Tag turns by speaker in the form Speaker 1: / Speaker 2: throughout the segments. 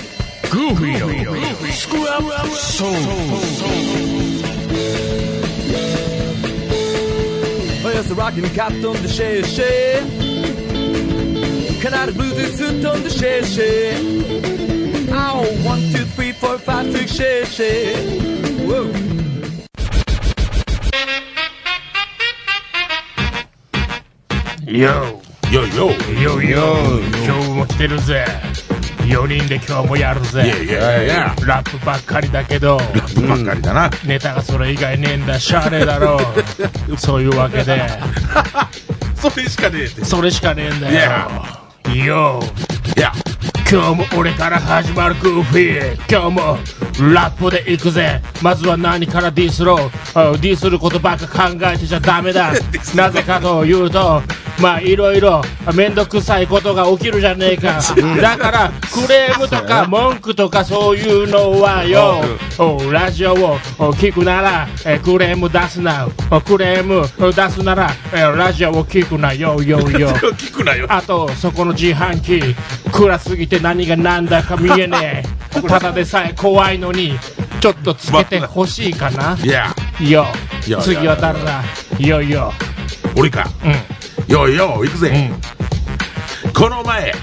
Speaker 1: フィーのスクラップソン
Speaker 2: およそラッキーにカットンでシェイシェイカナルブルーズスントンでシェイシェイあおワンツースリーフォーファイブシックシェイシェイウォー
Speaker 1: グよ
Speaker 3: よいよ
Speaker 1: ーよーよー今日も来てるぜ4人で今日もやるぜ
Speaker 3: いやいやいや
Speaker 1: ラップばっかりだけど
Speaker 3: ばっかりだな、
Speaker 1: ネタがそれ以外ねえんだシャレだろ そういうわけで
Speaker 3: それしかねえって
Speaker 1: それしかねえんだよ
Speaker 3: いや
Speaker 1: よー
Speaker 3: いや
Speaker 1: 今日も俺から始まるグーフィー今日もラップで行くぜまずは何からディスろうあディスることばっか考えてちゃダメだなぜかというとまあいろいろ面倒くさいことが起きるじゃねえかだからクレームとか文句とかそういうのはよおラジオをお聞くならえクレーム出すなおクレーム出すならえラジオを聞くなよよよ
Speaker 3: 聞くなよ
Speaker 1: あとそこの自販機暗すぎて何が何だか見えねえただでさえ怖いのにちょっとつけてほしいかない
Speaker 3: や
Speaker 1: よ
Speaker 3: いや
Speaker 1: 次は誰だよいよ
Speaker 3: 俺か
Speaker 1: うん
Speaker 3: よいよ行くぜ、
Speaker 1: うん
Speaker 3: この前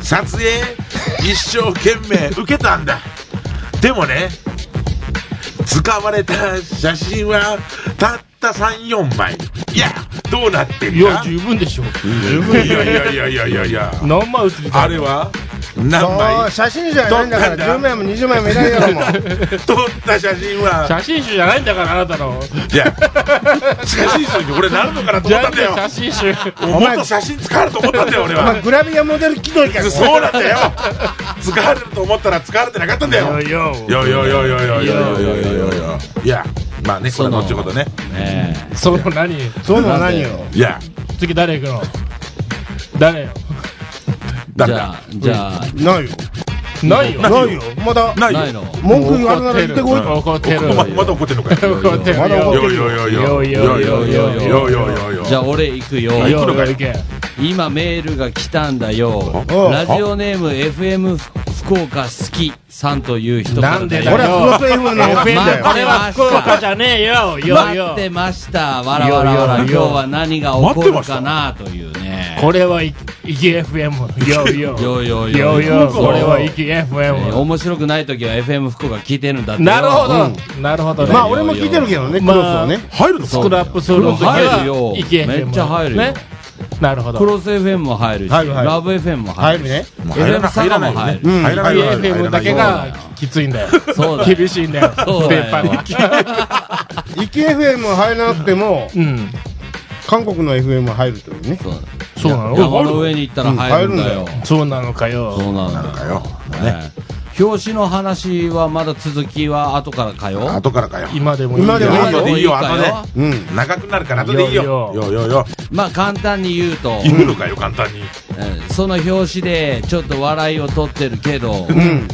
Speaker 3: 撮影一生懸命受けたんだでもね使われた写真はたった34枚いやどうなってん
Speaker 1: いや
Speaker 3: だ
Speaker 1: 十分でしょ
Speaker 3: いやいやいやいやいやいや
Speaker 1: 何枚映ってた
Speaker 3: あれは何
Speaker 4: そう
Speaker 3: 枚
Speaker 4: 写真じゃないんだから
Speaker 3: ど
Speaker 4: 10
Speaker 3: んな
Speaker 4: 枚も20枚もいないだろもう
Speaker 3: 撮った写真は
Speaker 1: 写真集じゃないんだからあなたの
Speaker 3: いや写真集に俺なるのかなと
Speaker 1: じ
Speaker 3: 思った
Speaker 1: ゃあ
Speaker 3: んだよ
Speaker 1: 写真集
Speaker 3: もっと写真使われると思ったんだよ俺
Speaker 4: まあ
Speaker 3: は
Speaker 4: グラビアモデル気取りから
Speaker 3: そうなんだよ使われると思ったら使われてなかったんだよ
Speaker 1: よいよ
Speaker 3: いやいやいやいやいやいやいやいやいやいやいやまあねそれは後ほどね
Speaker 5: ね
Speaker 1: その何
Speaker 4: そうなの何よ
Speaker 3: いや
Speaker 1: 次誰行くの誰よ
Speaker 3: だっ
Speaker 5: じゃあ
Speaker 3: た
Speaker 5: じゃあ
Speaker 4: ないよ
Speaker 1: ないよ
Speaker 4: ないよまだ
Speaker 3: ない
Speaker 5: ない
Speaker 3: よ
Speaker 5: の
Speaker 4: 文句があるなら言ってこい
Speaker 1: 怒ってる
Speaker 3: お前まだ怒ってんのかよ
Speaker 1: 怒ってる
Speaker 4: まだ怒
Speaker 3: い
Speaker 4: っ
Speaker 3: やいやいやいやいやいやいやいやいやいやい
Speaker 5: じゃ
Speaker 3: や
Speaker 5: あ俺行くよ
Speaker 1: よよ行け
Speaker 5: 今メールが来たんだよ
Speaker 4: お
Speaker 5: ラジオネーム FM 福岡好きさんという人から
Speaker 1: なんで
Speaker 5: よ
Speaker 1: だ
Speaker 4: 俺はクロス F の名前だよ
Speaker 1: これは福岡じゃねえよよ
Speaker 5: 待
Speaker 1: よ
Speaker 5: ってましたわらわらわら今日は何が起こるかなというね
Speaker 1: これはいいき FM よよ
Speaker 5: よよ
Speaker 1: よ
Speaker 5: よ
Speaker 1: よこれはい
Speaker 5: え
Speaker 1: き
Speaker 5: ー
Speaker 1: FM
Speaker 5: 面白くない時は FM 福岡聞いてるんだってよ
Speaker 1: なるほどなるほどね
Speaker 4: まあ俺も聞いてるけどねク
Speaker 1: まあ
Speaker 4: ロスはね
Speaker 3: 入るの
Speaker 1: スクラップするの時
Speaker 5: 入る
Speaker 1: は
Speaker 5: よ
Speaker 1: いき FM
Speaker 5: めっちゃ入るよ
Speaker 1: ねなるほど
Speaker 5: クロス FM も入るし
Speaker 4: 入る入る
Speaker 5: ラブ FM も入
Speaker 4: 入
Speaker 5: る
Speaker 4: るね
Speaker 3: もう入らない入らないよね
Speaker 4: うん
Speaker 3: 入らない
Speaker 1: FM だけがきついんだよ
Speaker 5: そうだよ
Speaker 1: 厳しいんだよ
Speaker 5: そうだよ
Speaker 1: 電波は
Speaker 4: イケ FM は入らなくても
Speaker 1: うん
Speaker 4: 韓国の FM は入るというね
Speaker 5: そう
Speaker 1: そうな
Speaker 5: 山の
Speaker 1: の
Speaker 5: 上に行ったら入るんだよ
Speaker 4: うん入る
Speaker 1: そうなのかよ
Speaker 5: そうなん
Speaker 3: な
Speaker 5: だ
Speaker 3: んかよ
Speaker 5: ね表紙の話はまだ続きは後からかよ
Speaker 3: 後からかよ
Speaker 1: 今でもいいよ
Speaker 4: 今でもいいよ
Speaker 3: 後でいいよ
Speaker 5: か
Speaker 3: 後で
Speaker 4: うん
Speaker 3: 長くなるから後でいいよ
Speaker 1: いや
Speaker 3: よよよ
Speaker 5: まあ簡単に言うと、
Speaker 3: 言うのかよ簡単に
Speaker 5: うんその表紙でちょっと笑いを取ってるけど、
Speaker 4: うん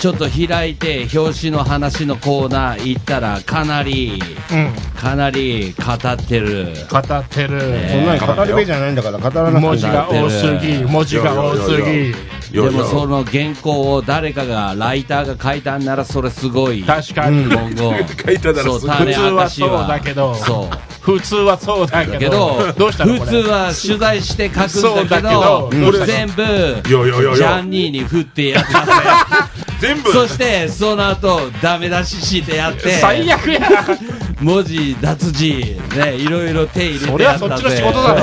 Speaker 5: ちょっと開いて表紙の話のコーナー行ったらかなり
Speaker 1: うん
Speaker 5: かなり語ってる
Speaker 1: 語って
Speaker 4: そん
Speaker 1: る
Speaker 4: なに語るべきじゃないんだから語らな
Speaker 1: 文
Speaker 4: く
Speaker 1: 字
Speaker 4: ても
Speaker 1: が多すぎ文字が多すぎ
Speaker 5: で
Speaker 3: よ
Speaker 5: もそ
Speaker 3: よ
Speaker 5: の原稿を誰かがライターが書いたんならそれすごい
Speaker 1: 確かに
Speaker 5: 文言
Speaker 3: 書いたなら
Speaker 5: そう
Speaker 3: すごい
Speaker 5: 種
Speaker 1: 普通は
Speaker 5: 明かし
Speaker 1: そうだけど
Speaker 5: そう
Speaker 1: 普通はそうだけ
Speaker 5: け
Speaker 1: ど
Speaker 5: ど、
Speaker 1: どうしたのこ
Speaker 5: 普通
Speaker 1: れ
Speaker 5: は取材して書くんだけ
Speaker 1: そ
Speaker 5: ど
Speaker 1: うだ、けど
Speaker 5: うん全部、ジ
Speaker 3: よよよよ
Speaker 5: ャンニーに振ってや ったぜ
Speaker 3: 全部
Speaker 5: そして、その後、ダメ出ししてやって、
Speaker 1: 最悪や
Speaker 5: 文字、脱字、ね、いろいろ手入れて
Speaker 1: それ
Speaker 5: や
Speaker 1: は
Speaker 5: ったぜ。
Speaker 1: そっちの仕事だ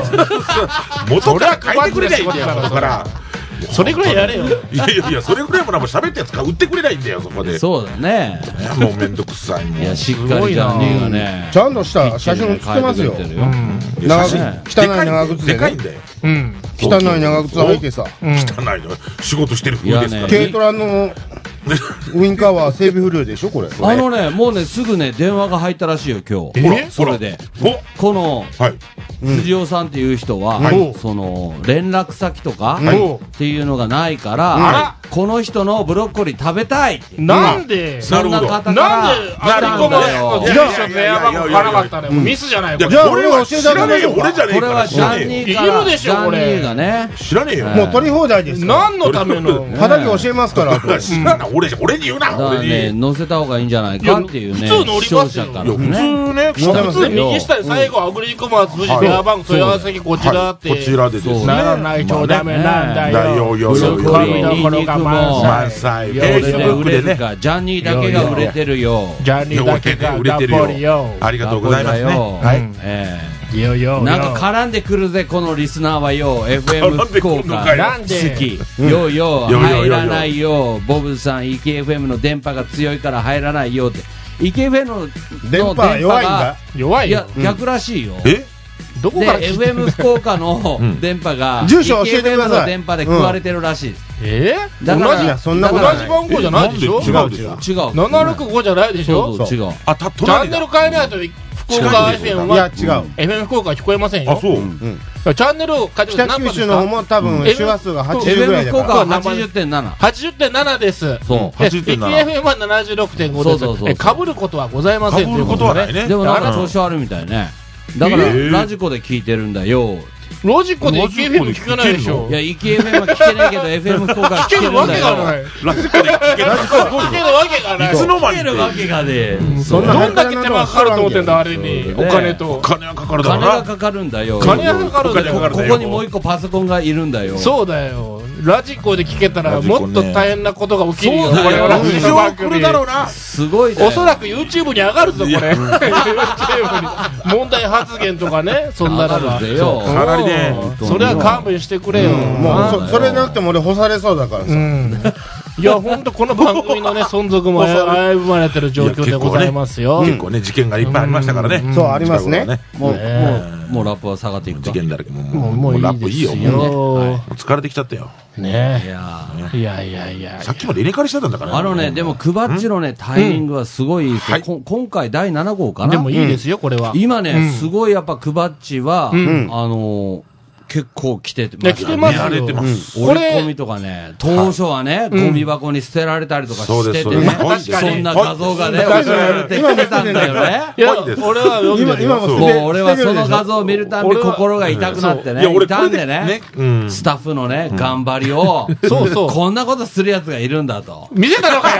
Speaker 1: ろ
Speaker 3: 元から書いてくれないいんだよ
Speaker 1: それは配っ
Speaker 3: だ
Speaker 1: てくれ
Speaker 3: から
Speaker 1: それぐらいやれよ
Speaker 3: いやいやいやそれぐらいもなもう喋ったやつか売ってくれないんだよそこでい
Speaker 5: そうだね。
Speaker 3: やもうめんどくさいもう
Speaker 5: いや、しっ
Speaker 1: す
Speaker 5: か
Speaker 1: ご
Speaker 5: り
Speaker 1: い
Speaker 5: ジ
Speaker 1: な
Speaker 5: ャンニーがね、
Speaker 4: ちゃんとした写真
Speaker 5: 書
Speaker 4: を
Speaker 5: い
Speaker 4: 写ってますよ
Speaker 5: てくれてる
Speaker 4: 長
Speaker 3: 写
Speaker 4: 靴
Speaker 3: 真
Speaker 4: 汚い長靴
Speaker 3: で
Speaker 4: で
Speaker 3: かいん
Speaker 4: ね
Speaker 3: だよ
Speaker 1: うん
Speaker 4: 汚い長靴履いてさ
Speaker 3: 汚いの仕事してる風ですから
Speaker 5: いやね
Speaker 3: ね
Speaker 4: 軽トラのウインカーは整備不良でしょこれ
Speaker 5: あのね、もうね、すぐね、電話が入ったらしいよ、今
Speaker 3: ほ
Speaker 5: 日。
Speaker 3: ら
Speaker 5: それで。
Speaker 3: ほら
Speaker 5: この、
Speaker 3: おはい
Speaker 5: 辻尾さんっていう人は、
Speaker 1: はい
Speaker 5: その連絡先とか、
Speaker 4: はい
Speaker 5: っていうのがないから、
Speaker 4: んあ
Speaker 1: ら
Speaker 5: この人のブロッコリー食べたいって
Speaker 1: なんで
Speaker 3: な
Speaker 5: そん
Speaker 3: るほ
Speaker 5: な
Speaker 3: ど
Speaker 5: 方から
Speaker 1: なんであ
Speaker 3: な
Speaker 1: そ
Speaker 3: るほ
Speaker 1: こま
Speaker 3: ど
Speaker 1: での住所と電話番号書かなかったのよミスじゃないこ
Speaker 3: い
Speaker 1: れ
Speaker 4: じゃ
Speaker 3: や
Speaker 4: あ
Speaker 3: これは
Speaker 4: 俺
Speaker 3: 知
Speaker 4: が教えてあ
Speaker 3: ら
Speaker 4: げま
Speaker 3: ねえよ俺じ
Speaker 4: しょうか
Speaker 3: ゃ
Speaker 5: こ
Speaker 3: ねえ
Speaker 5: れ
Speaker 3: から
Speaker 5: はジャンニーから
Speaker 1: いるでしょこれ
Speaker 5: ジャンニーがね
Speaker 3: 知らねえよ
Speaker 4: もう取り放題ですから
Speaker 1: 何のための
Speaker 4: 畑教えますからあと
Speaker 3: 知らない俺じゃ、俺に言うな、
Speaker 5: だから
Speaker 3: 俺に。
Speaker 5: ね、乗せた方がいいんじゃないかっていうね、
Speaker 1: いや普通乗りますよ
Speaker 5: 視聴者か
Speaker 3: い
Speaker 5: ら
Speaker 3: や、普
Speaker 5: ね。
Speaker 3: 通ね、
Speaker 4: 乗ってます
Speaker 1: 普通
Speaker 4: よ
Speaker 1: 右下で最後、アグリコマーツ、富士
Speaker 3: はい
Speaker 1: フェアバンク、問い合わせ先こちらって。
Speaker 3: こちらでですね。
Speaker 1: ならないとダメなんだ
Speaker 3: まあね
Speaker 1: よ。
Speaker 3: だよよ
Speaker 1: ツ
Speaker 3: よ
Speaker 1: ッコミどころが満
Speaker 3: 満載。
Speaker 1: 載。いや
Speaker 5: こ
Speaker 1: 俺
Speaker 5: れで
Speaker 3: Facebook
Speaker 5: 売れ
Speaker 3: で
Speaker 5: る
Speaker 3: ね。
Speaker 5: か、ジャニーだけが売れてるよ。
Speaker 1: ジャニーだけが
Speaker 3: 売れてる
Speaker 1: ダンボリ
Speaker 3: よ
Speaker 1: よ。。
Speaker 3: ありがとうございますね。
Speaker 5: ダンボリだよ
Speaker 3: は
Speaker 1: う
Speaker 3: い
Speaker 1: ん。
Speaker 5: え
Speaker 1: いよいよ
Speaker 5: え
Speaker 1: よ。
Speaker 5: なんか絡んでくるぜ、このリスナーはよ、
Speaker 3: 絡
Speaker 5: FM
Speaker 3: んでく
Speaker 5: 福
Speaker 3: んの
Speaker 5: 岡
Speaker 3: かよ
Speaker 1: なんで
Speaker 5: 好き、よよ、
Speaker 3: よよよよ
Speaker 5: 入らないよ、ボブさん、イケ FM の電波が強いから入らないよって、イケ FM の
Speaker 4: 電波は弱いんだ。
Speaker 1: 弱
Speaker 5: い
Speaker 1: い
Speaker 5: や
Speaker 1: よ。、
Speaker 5: 逆らしいよ。
Speaker 3: え
Speaker 1: どこ
Speaker 5: で
Speaker 1: から聞いてん
Speaker 5: FM 福岡の
Speaker 3: ん
Speaker 5: 電波が、
Speaker 4: 住所教えてくださ
Speaker 5: FM
Speaker 4: い
Speaker 5: の電波で食われてるらしい。
Speaker 1: え
Speaker 5: だから
Speaker 4: 同じやそんな
Speaker 1: 同
Speaker 4: こ
Speaker 1: じ
Speaker 4: とない
Speaker 1: 番号じゃないでしょ
Speaker 3: えなんで違うでし
Speaker 5: 違
Speaker 3: ょ
Speaker 5: う。
Speaker 1: 765じゃないでし
Speaker 5: そう
Speaker 1: ょ
Speaker 5: そう違う。
Speaker 3: あ、た、
Speaker 1: チャン
Speaker 3: 隣
Speaker 1: ネ
Speaker 3: だ
Speaker 1: ル。変えないと福岡
Speaker 3: 違う
Speaker 1: FM
Speaker 4: いや
Speaker 1: は
Speaker 4: 違う
Speaker 1: FM 福岡は聞こえません
Speaker 3: あ、
Speaker 1: よ
Speaker 3: そう。
Speaker 1: チャンネルを変えてくださ
Speaker 4: 北
Speaker 1: い何番です
Speaker 4: 九州の方
Speaker 1: か
Speaker 4: も多分
Speaker 1: うん
Speaker 4: 周波数が80ぐらい
Speaker 5: FM 福
Speaker 4: だか
Speaker 5: 岡
Speaker 4: ら
Speaker 5: は80.7。
Speaker 1: 80.7です
Speaker 5: そ
Speaker 1: で
Speaker 3: 80.7
Speaker 1: FM は
Speaker 5: そうそうそう
Speaker 1: 76.5ですかぶることはございま
Speaker 3: か
Speaker 1: せん
Speaker 3: ぶることはないね。
Speaker 5: う。でもなんか
Speaker 3: う
Speaker 5: 調
Speaker 3: ん
Speaker 5: 子悪いみたいね。だから、
Speaker 3: えー
Speaker 5: ラジコで聞いてるんだよ。
Speaker 1: ロジコで
Speaker 3: ロジコ
Speaker 1: EKFM
Speaker 3: で
Speaker 1: 聞かないでしょ
Speaker 5: いや、イケ FM は聞けないけど、FM 福岡は聞
Speaker 1: 聞
Speaker 5: け
Speaker 1: け
Speaker 5: る
Speaker 1: る
Speaker 5: ん
Speaker 1: わ
Speaker 5: だ
Speaker 1: け
Speaker 5: よ。
Speaker 1: がない
Speaker 3: ラジコで聞けたらすごい
Speaker 1: 聞け
Speaker 3: よ。
Speaker 1: るわけがない
Speaker 3: いつの間
Speaker 5: 聞
Speaker 3: に
Speaker 5: けるわけがね。
Speaker 4: そんな
Speaker 1: どんだけ手間かかると思ってんだあれに
Speaker 5: そう
Speaker 1: お
Speaker 5: ね
Speaker 1: 金と
Speaker 3: お金はかかるだ
Speaker 5: 金
Speaker 3: ろう
Speaker 5: が
Speaker 3: な。
Speaker 5: かかるんだよ。
Speaker 1: 金がかかるんだ
Speaker 3: お金かか
Speaker 1: よ
Speaker 3: る
Speaker 5: ここにもう一個パソコンがいるんだよ。
Speaker 1: そうだよラジコで聞けたら
Speaker 3: ラジコね
Speaker 1: もっと大変なことが起きるよ
Speaker 5: そうだよ
Speaker 1: これはラジコ
Speaker 3: 一
Speaker 1: の
Speaker 3: 生
Speaker 1: 番
Speaker 3: 来る
Speaker 1: 組
Speaker 3: だろうな。
Speaker 5: すごいね。
Speaker 1: おそらく YouTube に上がるぞこれ YouTube に問題発言とかねそんな
Speaker 5: 上が
Speaker 1: のが
Speaker 5: るぜよ
Speaker 1: そう
Speaker 3: かなりね
Speaker 1: もうそれは勘弁してくれよ
Speaker 4: もう
Speaker 1: も
Speaker 4: そそれなくても俺干されそうだから
Speaker 1: うう
Speaker 4: さ
Speaker 1: んいや本当この番組のね存続も危ぶまれてる状況でございますよ
Speaker 3: 結構ね、事件がいっぱいありましたからね。
Speaker 4: そうありますね
Speaker 3: 近
Speaker 5: もう、も
Speaker 3: 頃は
Speaker 1: ね
Speaker 5: う、もうラップは下がっていくか
Speaker 3: 事。件だらけ、もう、
Speaker 1: も
Speaker 3: もう、
Speaker 1: う
Speaker 3: も
Speaker 1: もう
Speaker 3: うラ
Speaker 1: い
Speaker 3: ップい
Speaker 1: い
Speaker 3: い
Speaker 1: です
Speaker 3: よ。
Speaker 1: よ
Speaker 3: もうも
Speaker 1: ね
Speaker 3: う疲れてきちゃったよ。
Speaker 5: い
Speaker 1: ね
Speaker 5: やー
Speaker 1: いやいやいや
Speaker 3: さっきまで稲刈りしてたんだから。
Speaker 5: あのね、でも、クバッチのね、タイミングはすごいいいですよ
Speaker 3: はい
Speaker 5: こん今回第7号かな
Speaker 1: でもいいですよこれは
Speaker 5: 今ね、すごいやっぱクバッチは、あのー結構来てて、
Speaker 1: や来てます
Speaker 3: やられてます。
Speaker 1: こ
Speaker 5: 折
Speaker 1: れ
Speaker 5: り込みとかね、当初はね、ゴミ箱に捨てられたりとか
Speaker 3: そう
Speaker 5: して
Speaker 3: です
Speaker 5: て
Speaker 3: そうで
Speaker 5: ね
Speaker 3: す多いです、
Speaker 5: そんな画像がね、送られてきてたんだよね。
Speaker 1: いや
Speaker 3: 多いです
Speaker 1: 俺は読んで
Speaker 4: 今
Speaker 1: る
Speaker 4: 今
Speaker 1: よ
Speaker 4: も
Speaker 5: もう俺はその画像を見るたんび
Speaker 1: 俺は
Speaker 5: 心が痛くなってね、
Speaker 3: いや俺こ
Speaker 5: 痛
Speaker 3: れ
Speaker 5: んで
Speaker 3: で
Speaker 5: ね
Speaker 3: ねうん
Speaker 5: スタッフのね、頑張りを、
Speaker 1: そうそう
Speaker 5: こんなことするやつがいるんだと。
Speaker 1: 見せたのかよ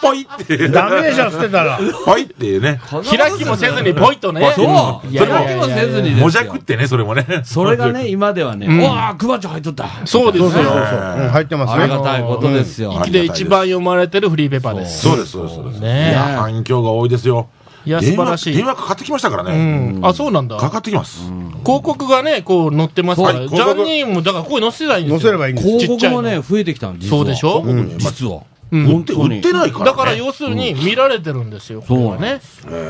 Speaker 3: ポイって。
Speaker 4: ダメでしょ捨てたら
Speaker 3: ポイってね。
Speaker 1: 開きもせずにポイとね
Speaker 5: そう
Speaker 1: いやいやい
Speaker 5: 開
Speaker 1: や
Speaker 5: きもせずにですよ
Speaker 3: もじゃくってね、それもね。
Speaker 5: それがね、今ではね、うわあ、クバチ入っとった。
Speaker 1: そうですよ
Speaker 4: うん入ってます
Speaker 5: ありが
Speaker 4: ね
Speaker 5: たいことですよ。
Speaker 1: 生きて一番読まれてるフリーペーパーです
Speaker 3: そうです、そうですそうです。い
Speaker 1: ねえ
Speaker 3: や、反響が多いですよ。
Speaker 1: いや素
Speaker 3: 電
Speaker 1: 晴ら
Speaker 3: 話、
Speaker 1: しい
Speaker 3: 電話かかってきましたから
Speaker 1: う
Speaker 3: ね。
Speaker 1: んあそうなんだ
Speaker 3: かかってきます。
Speaker 1: 広告がねこう載ってますから
Speaker 3: はい
Speaker 1: ジ
Speaker 3: 広
Speaker 1: ャ
Speaker 3: 告
Speaker 1: ニーもだからここに載せたらいいんで
Speaker 4: 載
Speaker 1: す
Speaker 4: せ
Speaker 1: よ
Speaker 4: ればいいんです
Speaker 5: 広
Speaker 1: ちっち
Speaker 5: 告
Speaker 1: ゃい
Speaker 5: も
Speaker 1: の
Speaker 5: ね、増えてきたの、実は。
Speaker 1: そうでしょ
Speaker 3: 僕ねま
Speaker 5: 実は。
Speaker 3: 売って売ってないからね。
Speaker 1: だから要するに見られてるんですよ、これはね。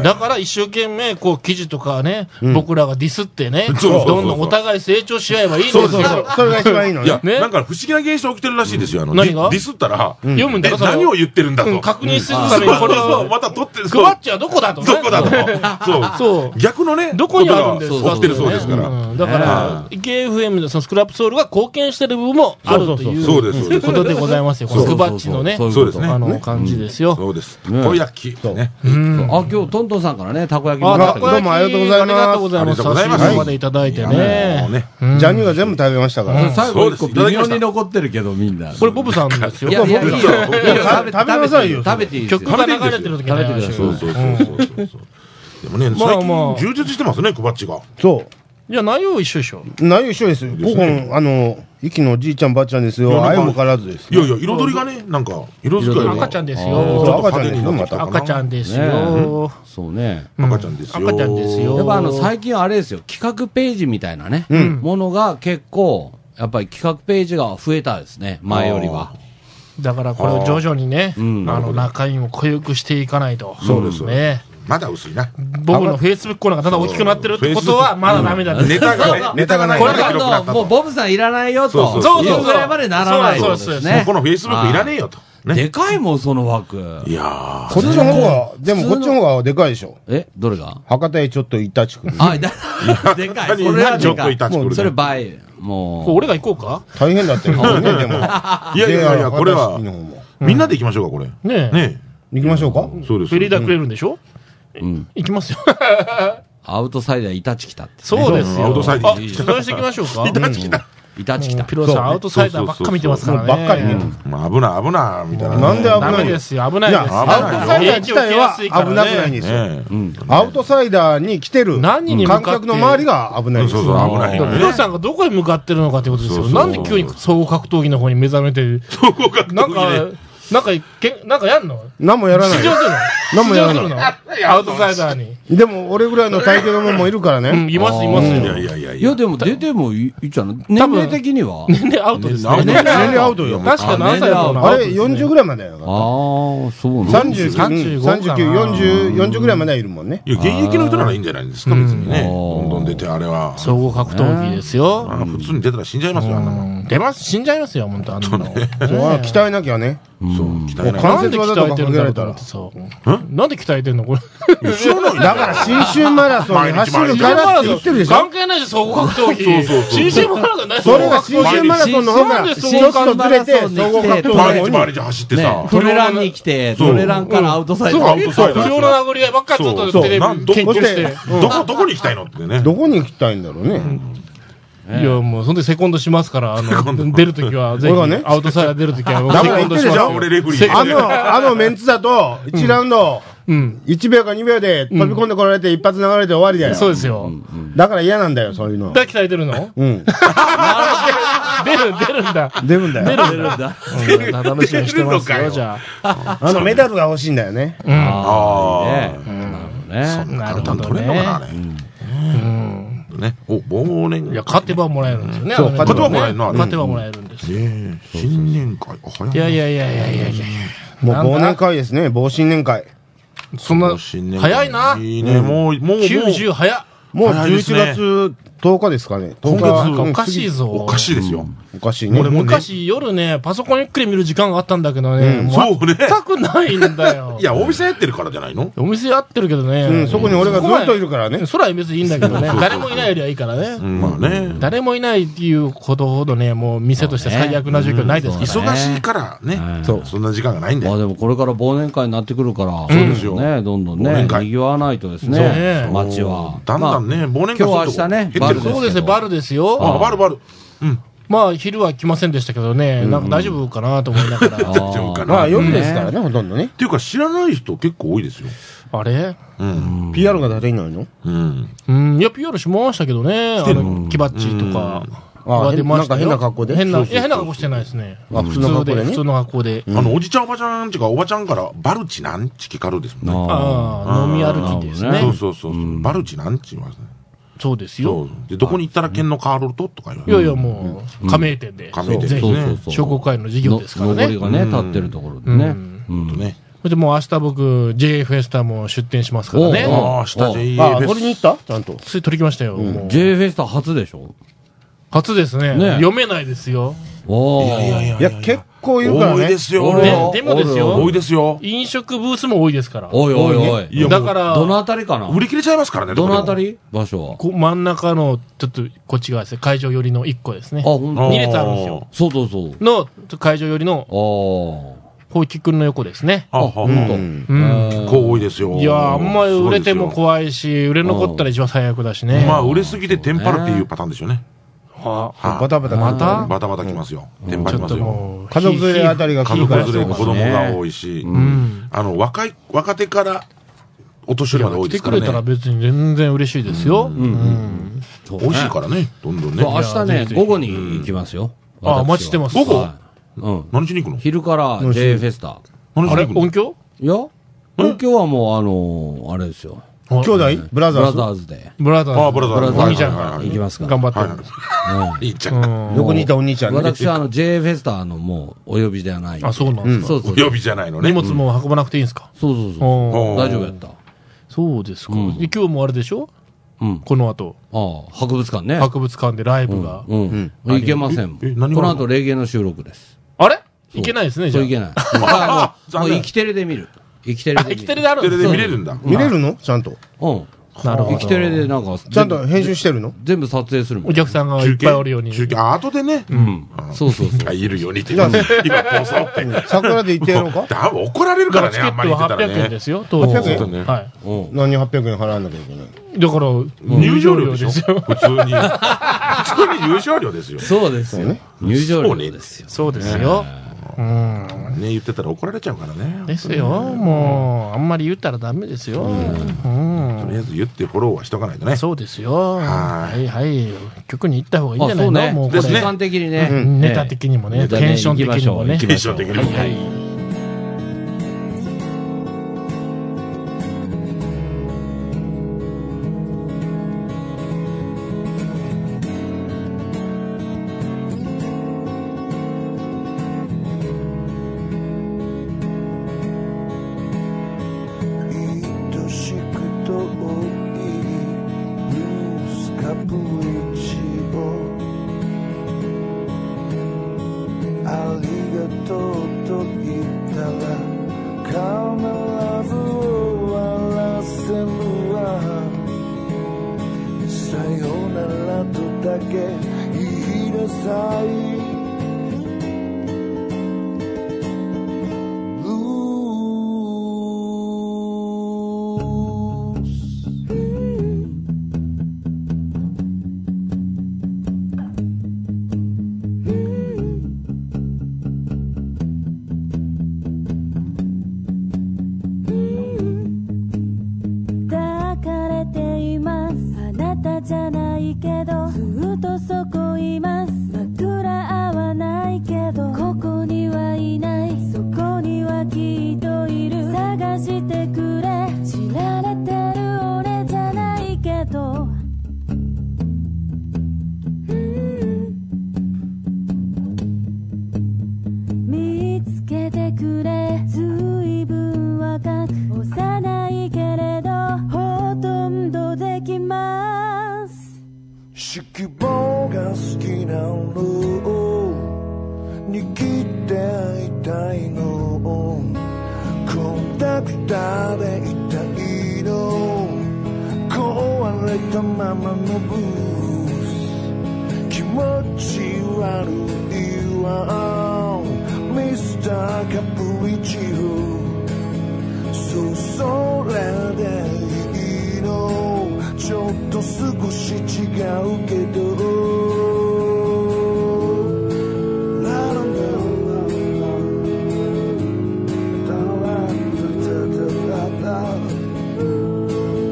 Speaker 1: だから一生懸命こう記事とかね、僕らがディスってね、
Speaker 3: そうそうそう
Speaker 1: どんどんお互い成長し合えばいいんですよ。
Speaker 4: そうそうそれが一番いいの
Speaker 3: いや
Speaker 4: ね、
Speaker 1: ね
Speaker 3: なんか不思議な現象起きてるらしいですよ。あの、デ
Speaker 1: 何が
Speaker 3: ィディスったら、
Speaker 1: 読むんだ
Speaker 3: え
Speaker 1: よ、それを
Speaker 3: 何を言ってるんだ
Speaker 1: うん
Speaker 3: と。
Speaker 1: 確認する
Speaker 3: そ
Speaker 1: た
Speaker 3: う
Speaker 1: めにこれ
Speaker 3: そう、
Speaker 1: を、
Speaker 3: また撮ってる。
Speaker 1: ク
Speaker 3: そう
Speaker 1: ワッチはどこだとね。
Speaker 3: どこだと。
Speaker 1: そ
Speaker 3: そうう。逆のね、
Speaker 1: どこにあるんです
Speaker 3: こと
Speaker 1: か
Speaker 3: が起きてるそうですから。
Speaker 1: うんだから、KFM のそのスクラップソウルが貢献してる部分もあるという
Speaker 3: そうです、そうです。
Speaker 1: ことでございますよ、この
Speaker 5: そ
Speaker 1: ク
Speaker 5: うそう
Speaker 1: バ
Speaker 5: そう
Speaker 1: ッチのね
Speaker 5: そ、ういう
Speaker 3: そう
Speaker 5: こ
Speaker 3: で
Speaker 5: と
Speaker 3: すね。
Speaker 1: あの感じですよ。
Speaker 3: そうです。これだけ。ね。
Speaker 5: あ、今日、トントンさんからね、たこ焼きも
Speaker 1: あ、
Speaker 5: ら
Speaker 1: た
Speaker 5: ったけ
Speaker 1: こ
Speaker 5: ど
Speaker 1: 焼
Speaker 4: どう
Speaker 1: き
Speaker 4: もありがとうございます
Speaker 3: ありがとう
Speaker 1: ありがとうございます。
Speaker 3: ございます
Speaker 1: 差し入れまでいただいて
Speaker 3: も
Speaker 1: ね
Speaker 3: う。ね。
Speaker 4: ジャニーが全部食べましたから、
Speaker 5: 最後一個
Speaker 3: そうです
Speaker 5: 微妙に残ってるけど、みんな。
Speaker 1: これボブさんですよ。
Speaker 5: いやいや、いいよ。いいよ
Speaker 4: 食べ
Speaker 5: 食べ
Speaker 4: なさいよ
Speaker 5: 食べていいです
Speaker 1: 曲
Speaker 5: よ。
Speaker 1: が流れてる時に
Speaker 5: 食べてください
Speaker 3: そうそうそうそうそうそう。でもね、
Speaker 1: まあ
Speaker 3: 最
Speaker 1: まあ
Speaker 3: 近充実してますね、クバッチが。
Speaker 4: そう
Speaker 1: じゃあ内容一緒でしょ
Speaker 4: 内容一緒ですよ。僕も、あの、息のおじいちゃんばあちゃんです
Speaker 3: いや
Speaker 4: よ。
Speaker 3: なんか
Speaker 4: 愛もからずです。
Speaker 3: いやいや、彩りがね、なんか、色づか
Speaker 1: 赤ちゃん
Speaker 3: で
Speaker 1: です
Speaker 3: ちょっ
Speaker 1: よ
Speaker 3: と派手になってきたかな
Speaker 1: 赤ちゃんですよ
Speaker 5: そうね。
Speaker 3: 赤ちゃんですよ。
Speaker 1: 赤ちゃんですよ
Speaker 5: やっぱあの、最近あれですよ、企画ページみたいなね、ものが結構、やっぱり企画ページが増えたですね、前よりは。
Speaker 1: だからこれを徐々にねあの中身を濃ゆくしていかないと
Speaker 3: そうです
Speaker 1: ね
Speaker 3: まだ薄いな。
Speaker 1: 僕のフェイスブックコーナーがただ大きくなってるってことはまだダメだ
Speaker 3: ネ
Speaker 1: ね
Speaker 3: タがね、ネタがない
Speaker 5: こ
Speaker 3: か
Speaker 5: れ
Speaker 3: ら
Speaker 5: が
Speaker 3: 広くな
Speaker 5: あ
Speaker 3: った
Speaker 5: の、もう
Speaker 3: と。
Speaker 5: ボブさんいらないよ
Speaker 3: そ
Speaker 5: と。
Speaker 3: うそう
Speaker 1: そう
Speaker 5: いうぐらいまでならない
Speaker 1: そう
Speaker 5: と
Speaker 1: そ
Speaker 5: で
Speaker 1: うそう
Speaker 5: す
Speaker 1: そう
Speaker 5: ね
Speaker 3: こ。のフェイスブックいらねえよと。ね。
Speaker 5: でかいもん、その枠。
Speaker 3: いや
Speaker 4: こっちの方が、でも
Speaker 5: 普通
Speaker 4: こ
Speaker 5: の
Speaker 4: っちの方がでかいでしょ。
Speaker 5: えどれが
Speaker 4: 博多へちょっといたちくん。
Speaker 5: あ、だ でかい。そ
Speaker 3: ー。
Speaker 5: れは
Speaker 3: ち
Speaker 5: で
Speaker 3: ょっと
Speaker 5: か
Speaker 3: い
Speaker 5: い。
Speaker 3: たちこ
Speaker 5: それ
Speaker 3: れね。
Speaker 5: 倍。もう。
Speaker 1: 俺が行こうか
Speaker 4: 大変だったよね、でも。
Speaker 3: いやいやいや、
Speaker 4: で
Speaker 3: これは
Speaker 4: 博多市の、方も
Speaker 3: みんなで行きましょうか、これ。
Speaker 1: ねえ
Speaker 3: ね
Speaker 4: 行きましょうか。
Speaker 3: えそうです。
Speaker 1: フェリーダーくれるんでしょ行きますよ
Speaker 5: アウトサイダーイタチ来たって。
Speaker 1: そうです
Speaker 3: アウ
Speaker 1: よ
Speaker 3: トサイド
Speaker 1: あ取材していきましょうか
Speaker 3: いたち来た。
Speaker 5: イタチ来た。
Speaker 1: ピロさん、
Speaker 4: そうね
Speaker 1: アウトサイダーばっか見てますからね。
Speaker 4: ばっかりね。
Speaker 3: まあ危ない、危ない、みたいなね。
Speaker 4: なんで危
Speaker 1: ダ
Speaker 4: ない
Speaker 1: メ
Speaker 4: の
Speaker 1: ですよ、危ない
Speaker 4: い
Speaker 1: で
Speaker 4: や
Speaker 1: すよ。
Speaker 4: アウトサイダー
Speaker 1: 影響
Speaker 4: 自体は
Speaker 1: 受けやすい
Speaker 4: 危
Speaker 1: からね
Speaker 4: なくないんですよ。
Speaker 3: ね
Speaker 5: うん。
Speaker 4: アウトサイダーに来てる観
Speaker 1: 何に向かって
Speaker 4: 客の周りが危な
Speaker 3: そう
Speaker 4: いんです
Speaker 3: そう
Speaker 4: よ。
Speaker 3: そう、危ないよ
Speaker 1: ピ
Speaker 3: ね
Speaker 1: ロ。さんがどこへ向かってるのかってことです
Speaker 3: そ
Speaker 1: よ。
Speaker 3: うそう
Speaker 1: なんで急に総合格闘技の方に目覚めて、
Speaker 3: 総合格
Speaker 1: なん
Speaker 3: 闘
Speaker 1: か、なんか、けなんかやんの
Speaker 4: 何もやらない
Speaker 1: 試乗するの
Speaker 4: 何もやらない
Speaker 1: 試乗するのアウトサイダーに。
Speaker 4: よ。でも俺ぐらいの体型のもんもいるから
Speaker 1: う
Speaker 4: ね。
Speaker 1: ん、います、います
Speaker 3: 技
Speaker 1: よ
Speaker 3: で。い。やいやいやい
Speaker 5: いや、
Speaker 3: や。
Speaker 5: でも出てもいいじゃん。年齢的には。
Speaker 1: 年齢アウトですね。
Speaker 4: 年齢アウトよ。
Speaker 1: 確か何歳だろうな。
Speaker 4: あれ40ぐらいまでやろ
Speaker 5: ああ、そうなん
Speaker 4: 39、
Speaker 1: 35
Speaker 4: 39、40、40ぐらいまではいるもんね。
Speaker 3: いや、現役の人ならいいんじゃないですか、別にね。
Speaker 5: うん
Speaker 3: どんどん出て、あれは。
Speaker 1: 総合格闘技ですよ。
Speaker 3: あの普通に出たら死んじゃいますよ、あんなもん。
Speaker 1: 出ます、死んじゃいますよ、本当あんなの。ね
Speaker 4: そうあれ鍛えなきゃね。
Speaker 3: そう、鍛えない。
Speaker 4: 関
Speaker 1: なんで
Speaker 4: 節技
Speaker 1: 鍛
Speaker 4: と
Speaker 1: え
Speaker 4: か
Speaker 1: てる
Speaker 4: か
Speaker 1: ん
Speaker 4: け
Speaker 1: だろう
Speaker 4: られ
Speaker 1: と
Speaker 4: た
Speaker 1: 思っ
Speaker 4: ら
Speaker 1: て。さ。なんで鍛えてんのこれ。
Speaker 4: だから新州マラソンに走るからって言ってるでしょ
Speaker 1: 関。係ないじゃん、総合格闘技。
Speaker 3: そうそうそう
Speaker 1: 新進マラソンない
Speaker 4: それが新州マラソンの方がちょっとずれて総合格闘技
Speaker 3: 毎
Speaker 4: の
Speaker 3: 日
Speaker 4: 方
Speaker 3: 毎
Speaker 4: に。
Speaker 3: 日走ってさ
Speaker 5: ね。、トレランに来て、
Speaker 3: そう
Speaker 5: トレランからアウトサイダ
Speaker 3: そうアウ
Speaker 5: ー。
Speaker 3: トサイダー
Speaker 1: 不良の殴り合いばっかりちょっ
Speaker 3: そう
Speaker 1: と
Speaker 3: そう
Speaker 1: テレビ
Speaker 3: な
Speaker 1: 研
Speaker 3: んど
Speaker 1: 究して。
Speaker 3: どこ、どこに行きたいのってね。
Speaker 4: どこに行きたいんだろうね。
Speaker 1: いや、もう、そんでセコンドしますから、あ
Speaker 3: コンド
Speaker 1: の、出るときは、ぜ
Speaker 4: 俺がね
Speaker 1: ひ、アウトサイダー出るときは、
Speaker 4: だ
Speaker 1: セ
Speaker 4: から
Speaker 1: コ
Speaker 4: 言
Speaker 1: ン
Speaker 4: っ
Speaker 1: ド
Speaker 4: て
Speaker 1: し
Speaker 4: る
Speaker 1: ま
Speaker 4: でし
Speaker 1: す
Speaker 4: ょ
Speaker 1: よ。
Speaker 3: 俺レフリ
Speaker 1: セ
Speaker 3: ー。
Speaker 4: あの、あのメンツだと、1ラウンド、
Speaker 1: うん。
Speaker 4: 1秒か2秒で飛び込んでこられて一発流れて終わりだ
Speaker 1: そう
Speaker 4: よ。
Speaker 1: ですよ。
Speaker 4: だから嫌なんだよ、そういうの。
Speaker 1: だ、鍛えてるの
Speaker 4: うん。
Speaker 1: 出る、出るんだ。
Speaker 4: 出る んだよ。
Speaker 5: 出 るんだ。
Speaker 1: うん楽しみにしてます
Speaker 3: 出るのか
Speaker 1: よ、
Speaker 3: よ
Speaker 1: じゃ
Speaker 4: あのメダルが欲しいんだよね。
Speaker 5: ああ。
Speaker 3: あ
Speaker 5: ね
Speaker 3: あ。
Speaker 5: ね。
Speaker 1: な
Speaker 3: な
Speaker 1: る
Speaker 3: るほ
Speaker 1: ほど
Speaker 3: ど、
Speaker 1: ね
Speaker 3: 取れんのかな、あれ。ね。お、忘年
Speaker 1: あ。い
Speaker 3: 会
Speaker 1: や、。勝てばもらえるんですよね。
Speaker 4: そう
Speaker 1: あのね
Speaker 4: 勝
Speaker 3: てばもらえるな
Speaker 1: 勝てばもらえるんですよ。
Speaker 3: ええ新年会。あ早い
Speaker 1: いやいやいやいやいやいや
Speaker 4: もう
Speaker 1: な
Speaker 4: 忘年
Speaker 1: んだ
Speaker 4: 会ですね、某新年会。
Speaker 1: そんな、
Speaker 3: 新年
Speaker 1: 早いな。
Speaker 3: いいね、もう、もう、もう
Speaker 1: 90早っ。
Speaker 4: もう
Speaker 3: 早いですね
Speaker 4: 11月10日ですかね。10日
Speaker 1: なんかおかしい。ぞ。
Speaker 3: おかしいですよ。
Speaker 4: うんおかしいね。
Speaker 1: 俺昔夜ね、パソコンゆっくり見る時間があったんだけどね、も
Speaker 3: そうね。
Speaker 1: 全くないんだよ。
Speaker 3: いや、お店やってるからじゃないの
Speaker 1: お店やってるけどね。
Speaker 4: うん、そこに俺がずっといる
Speaker 1: か
Speaker 4: からね。
Speaker 1: そら別にいいんだけどね。誰もいないよりはいいから
Speaker 3: う
Speaker 1: ね。
Speaker 3: んまあね。
Speaker 1: 誰もいないっていうことほどね、もう店として最悪な状況ないですから。
Speaker 3: 忙しいからね。そう。そんな時間がないんだ
Speaker 5: まあ
Speaker 3: よ。
Speaker 5: でもこれから忘年会になってくるから、
Speaker 3: そうですよ
Speaker 5: ね、どんどん
Speaker 3: 忘
Speaker 5: ね
Speaker 3: 年、会
Speaker 5: 賑わないとです
Speaker 1: そう
Speaker 5: ね
Speaker 1: ね、
Speaker 5: 街は。
Speaker 3: だんだんね、忘年会するとこ
Speaker 5: 今日明日ね
Speaker 3: 減ってる
Speaker 5: バル
Speaker 3: か
Speaker 5: で
Speaker 3: ら
Speaker 1: そ
Speaker 5: す
Speaker 1: うですね、バルですよ。
Speaker 3: あ、バルバル。
Speaker 1: まあ昼は来ませんでしたけどね、なんか大丈夫かなと思いながら
Speaker 5: あ。
Speaker 3: 大丈夫かな。
Speaker 4: まあ
Speaker 3: っ
Speaker 4: 夜ですからね、ほとんどね。
Speaker 3: ていうか、知らない人結構多いですよ。
Speaker 1: あれ
Speaker 4: PR が誰いないの
Speaker 3: うん。
Speaker 1: うん、いや、PR しましたけどね。あ
Speaker 3: てんの
Speaker 1: の、キバッチとか。
Speaker 4: あ
Speaker 1: は出ま
Speaker 4: なん
Speaker 1: した
Speaker 4: か
Speaker 1: よ
Speaker 4: 変な格好で。
Speaker 1: 変な、
Speaker 4: そう
Speaker 1: いや、変な格好してないですね。
Speaker 4: あ普通の格好でね
Speaker 1: 普通の格好で。
Speaker 3: あの、おじちゃんおばちゃんちか、おばちゃんから、バルチなんち聞かるですもんね。
Speaker 1: ああ、飲み歩きです
Speaker 5: なる
Speaker 3: そう
Speaker 1: ね。
Speaker 3: そうそうそう。バルチなんち言いますね。
Speaker 1: そうです
Speaker 3: そ
Speaker 1: よ。
Speaker 3: う。で、どこに行ったら剣のカールととか言わ
Speaker 1: い
Speaker 3: れ
Speaker 1: や
Speaker 3: る。
Speaker 1: いや、もう、加盟店で。
Speaker 3: 加盟店
Speaker 1: ぜひ
Speaker 5: そうそうそう
Speaker 1: 商工会の事業
Speaker 5: の
Speaker 1: ですから
Speaker 5: 上り
Speaker 1: ね。
Speaker 5: がね、立ってるところでね。うん
Speaker 3: ほんとね。
Speaker 1: それでもう明日僕、JA フェスタも出店しますから
Speaker 5: おうおう
Speaker 1: ね。
Speaker 3: ああ、下
Speaker 5: お
Speaker 3: JA
Speaker 4: あ、
Speaker 3: フェ
Speaker 4: 取
Speaker 3: ス
Speaker 4: りに行ったちゃんと。
Speaker 1: つい取りきましたよ。もう
Speaker 5: J フェスタ初でしょ
Speaker 1: 初ですね。
Speaker 5: ね
Speaker 1: 読めないですよ。
Speaker 5: おお。
Speaker 3: いやいや
Speaker 4: いや、結構いるから
Speaker 3: 多い
Speaker 4: ね
Speaker 3: で。すよ。
Speaker 5: おるよ
Speaker 1: ねでもですよ
Speaker 3: 多いですよ。
Speaker 1: 飲食ブースも多いですから。
Speaker 5: おいおいおい。
Speaker 3: やもう
Speaker 1: だから、
Speaker 5: どのあたりかな
Speaker 3: 売り切れちゃいますからね。
Speaker 5: どのあた
Speaker 3: り
Speaker 5: り場所は。
Speaker 1: こ真ん中の、ちょっと、こっち側ですね。会場寄りの1個ですね
Speaker 5: あ、。ほん
Speaker 1: あ
Speaker 5: と
Speaker 1: 二列あるんですよ。
Speaker 5: そうそうそう。
Speaker 1: の、会場寄りの、
Speaker 5: あ
Speaker 1: ほうきくんの横ですね。
Speaker 3: ああ、ほんと。
Speaker 1: うん。
Speaker 3: 結構多いですよ。
Speaker 1: いやーあんまり売れても
Speaker 3: い。
Speaker 1: 怖いし、売れ残ったら一番最悪だしね。
Speaker 3: まあ、売れすぎてテンパるっていうパターンですよね。
Speaker 1: はあ
Speaker 3: は
Speaker 4: バタバタ
Speaker 1: また
Speaker 3: バタバタきますよ。テンパり
Speaker 1: ちょ
Speaker 3: ま
Speaker 1: っ
Speaker 3: す
Speaker 1: と
Speaker 3: よ。
Speaker 1: もう、
Speaker 4: 家族連れあたりが
Speaker 3: 家
Speaker 4: 来る
Speaker 3: 族
Speaker 4: から。
Speaker 3: 連れの子供が多いし、あの、若い、若手から、お年寄りまで多
Speaker 1: 来
Speaker 3: いで
Speaker 1: て
Speaker 3: すか
Speaker 1: くれた
Speaker 3: ら
Speaker 1: ら
Speaker 3: ね。
Speaker 1: 別に全然嬉しいですよ。
Speaker 5: あ。
Speaker 3: 美味しい
Speaker 5: か
Speaker 3: からね、どんどんね
Speaker 5: そう、。明日
Speaker 1: いや
Speaker 5: ね
Speaker 1: ぜ、ひ
Speaker 5: 午後に行きますよ。私
Speaker 1: あ
Speaker 5: は
Speaker 1: お待ちしてます
Speaker 3: 午後
Speaker 5: はいうん。
Speaker 3: 何しに行くの
Speaker 5: 昼から J フェスタ。
Speaker 3: 何し
Speaker 1: あ
Speaker 3: に
Speaker 1: れ
Speaker 3: 行くの
Speaker 1: 音響
Speaker 5: いや東京はもう、あのー、あれですよ。
Speaker 4: 兄弟ブラ
Speaker 5: ブ
Speaker 4: ザ
Speaker 5: ラ
Speaker 4: ーズ
Speaker 5: ザーズで。
Speaker 1: ブラザーズ。
Speaker 3: あブラザーズ
Speaker 1: お兄ちゃん
Speaker 3: は
Speaker 1: が
Speaker 3: い
Speaker 5: 行きますから
Speaker 1: 頑。張って
Speaker 3: はい
Speaker 1: るんです。
Speaker 3: はい。いいじゃん。
Speaker 5: もう
Speaker 4: 横にいたお兄ちゃんね
Speaker 5: 私はあの J フェスタのもうお呼びではないんで。
Speaker 1: あ、そうなんですか。
Speaker 5: そうそう
Speaker 3: お呼びじゃないのね。
Speaker 1: 荷物も運ばなくていいんですか
Speaker 5: そうそうそう。
Speaker 1: おー
Speaker 3: おー
Speaker 5: 大丈夫やった。
Speaker 1: そうですか。で今日もあれでしょ
Speaker 5: うん。
Speaker 1: この後、
Speaker 5: ああ、博物館ね。
Speaker 1: 博物館でライブが。
Speaker 5: うん。いけません。こ
Speaker 3: ええ何が
Speaker 5: の後、霊芸の収録です。
Speaker 1: あれいけないですね、じ
Speaker 5: そ
Speaker 1: ゃ
Speaker 5: う
Speaker 1: あ
Speaker 5: い。けない。 ああもう
Speaker 3: 残
Speaker 5: もう
Speaker 3: 念
Speaker 5: 生きてるで見る。生きてるで見る。
Speaker 1: 生きてるである
Speaker 3: テ
Speaker 1: んで
Speaker 3: レ
Speaker 1: す
Speaker 3: で
Speaker 1: よ
Speaker 3: 見れるんだ。
Speaker 4: 見れるのちゃんと。
Speaker 5: うん。
Speaker 1: なるほど
Speaker 5: 生きてるでなんか、
Speaker 4: ちゃんと編集してるの
Speaker 5: 全部撮影するも
Speaker 1: お
Speaker 5: ん。
Speaker 1: 客さんがいっぱいおるように。
Speaker 3: 中継、あ後でね。
Speaker 5: うん。そうそうそう。
Speaker 3: あいるようにって。今、放送って。
Speaker 4: 桜で行ってやろうか
Speaker 3: だ怒られるからね、
Speaker 1: だからチケ
Speaker 3: あん
Speaker 1: ッ
Speaker 3: まり言
Speaker 1: ト
Speaker 3: って
Speaker 1: は
Speaker 3: たら
Speaker 1: 800円
Speaker 3: ね
Speaker 1: ですよ、当時。
Speaker 4: 800
Speaker 3: 円
Speaker 1: はい。
Speaker 5: うん。
Speaker 4: 何800円払わなきゃいけない。
Speaker 1: だから、
Speaker 3: 入場料でしょ
Speaker 1: 入 場
Speaker 3: 普通に。普通に入場料ですよ。
Speaker 5: そうですよ。入場料ですよ。
Speaker 1: そうですよ。うん。
Speaker 3: ね、言ってたら怒られちゃうからね。
Speaker 1: ですよ。もう、あんまり言ったらダメですよ。うん。
Speaker 3: とりあえず言ってフォローはしとかないとね。
Speaker 1: そうですよ。
Speaker 3: は
Speaker 1: はいはい。曲に行った方がいいんじゃない
Speaker 5: そう
Speaker 1: の、
Speaker 5: ね。
Speaker 1: もうこ
Speaker 5: で
Speaker 1: れ、
Speaker 5: すね時間的にね。
Speaker 1: うんネタ的にもね、
Speaker 5: ネタ
Speaker 1: テンション的にもね
Speaker 5: 行き。ましょう
Speaker 3: テンション的にも
Speaker 5: はい
Speaker 6: 愛しく遠いブルースカプリチオありがとうと言ったら必ず終わらせるわさよならとだけ言いなさい「ルース」
Speaker 7: 抱かれていますあなたじゃないけどずっとそこいます枕合わないけどここにはいないそこにはきっといる探してくれ知られてる俺じゃないけど見つけてくれ随分若く幼いけれどほとんどできます
Speaker 6: 色棒が好きなの握っていたいのコンタクターでいたいの壊れたままのブース気持ち悪いわミスターカプリチオそうそれでいいのちょっと少し違うけどラララララララララ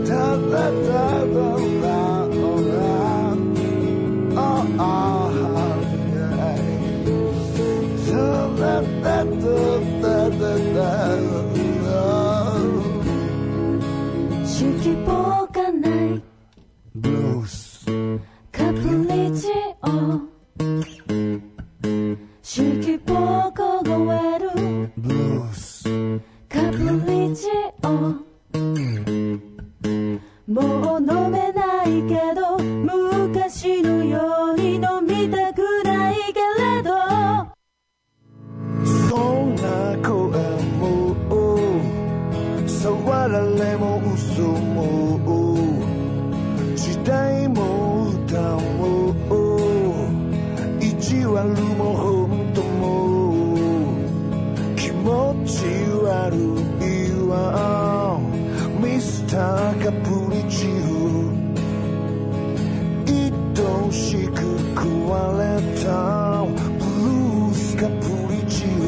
Speaker 6: ラララララララ Blues.
Speaker 7: 色棒がないカプリチオ色棒が凍える
Speaker 6: Blues.
Speaker 7: カプリチオもう飲めないけど昔のように飲みたくないけれど
Speaker 6: そんな声も触られも嘘も時代も歌も意地悪も本当も気持ち悪いわミスターカプリチオ愛しく壊れたブルースカプリチオ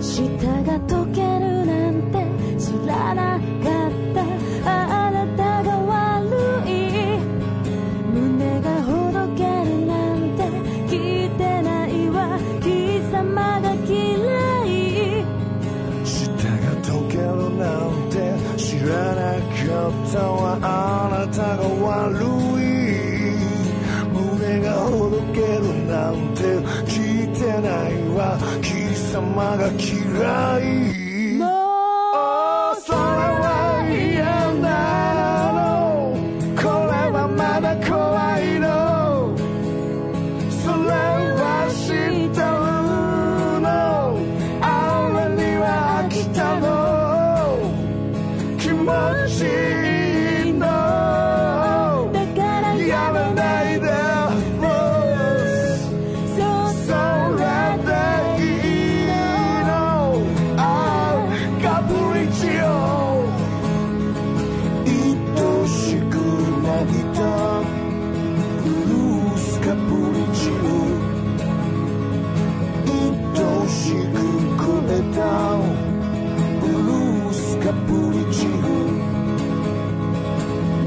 Speaker 7: 舌が溶けるなんて知らなかったあなたが悪い胸がほどけるなんて聞いてないわ貴様が嫌い
Speaker 6: 舌が溶けるなんて知らなかったわあなたが悪い胸がほどけるなんて聞いてないわ貴様が嫌い
Speaker 7: も
Speaker 6: あそれは嫌なのこれはまだ怖いのそれは知ってるのあれには飽きたの気持ちいいの
Speaker 7: うだから
Speaker 6: やめないで
Speaker 7: そう
Speaker 6: それでいいのあぶり散る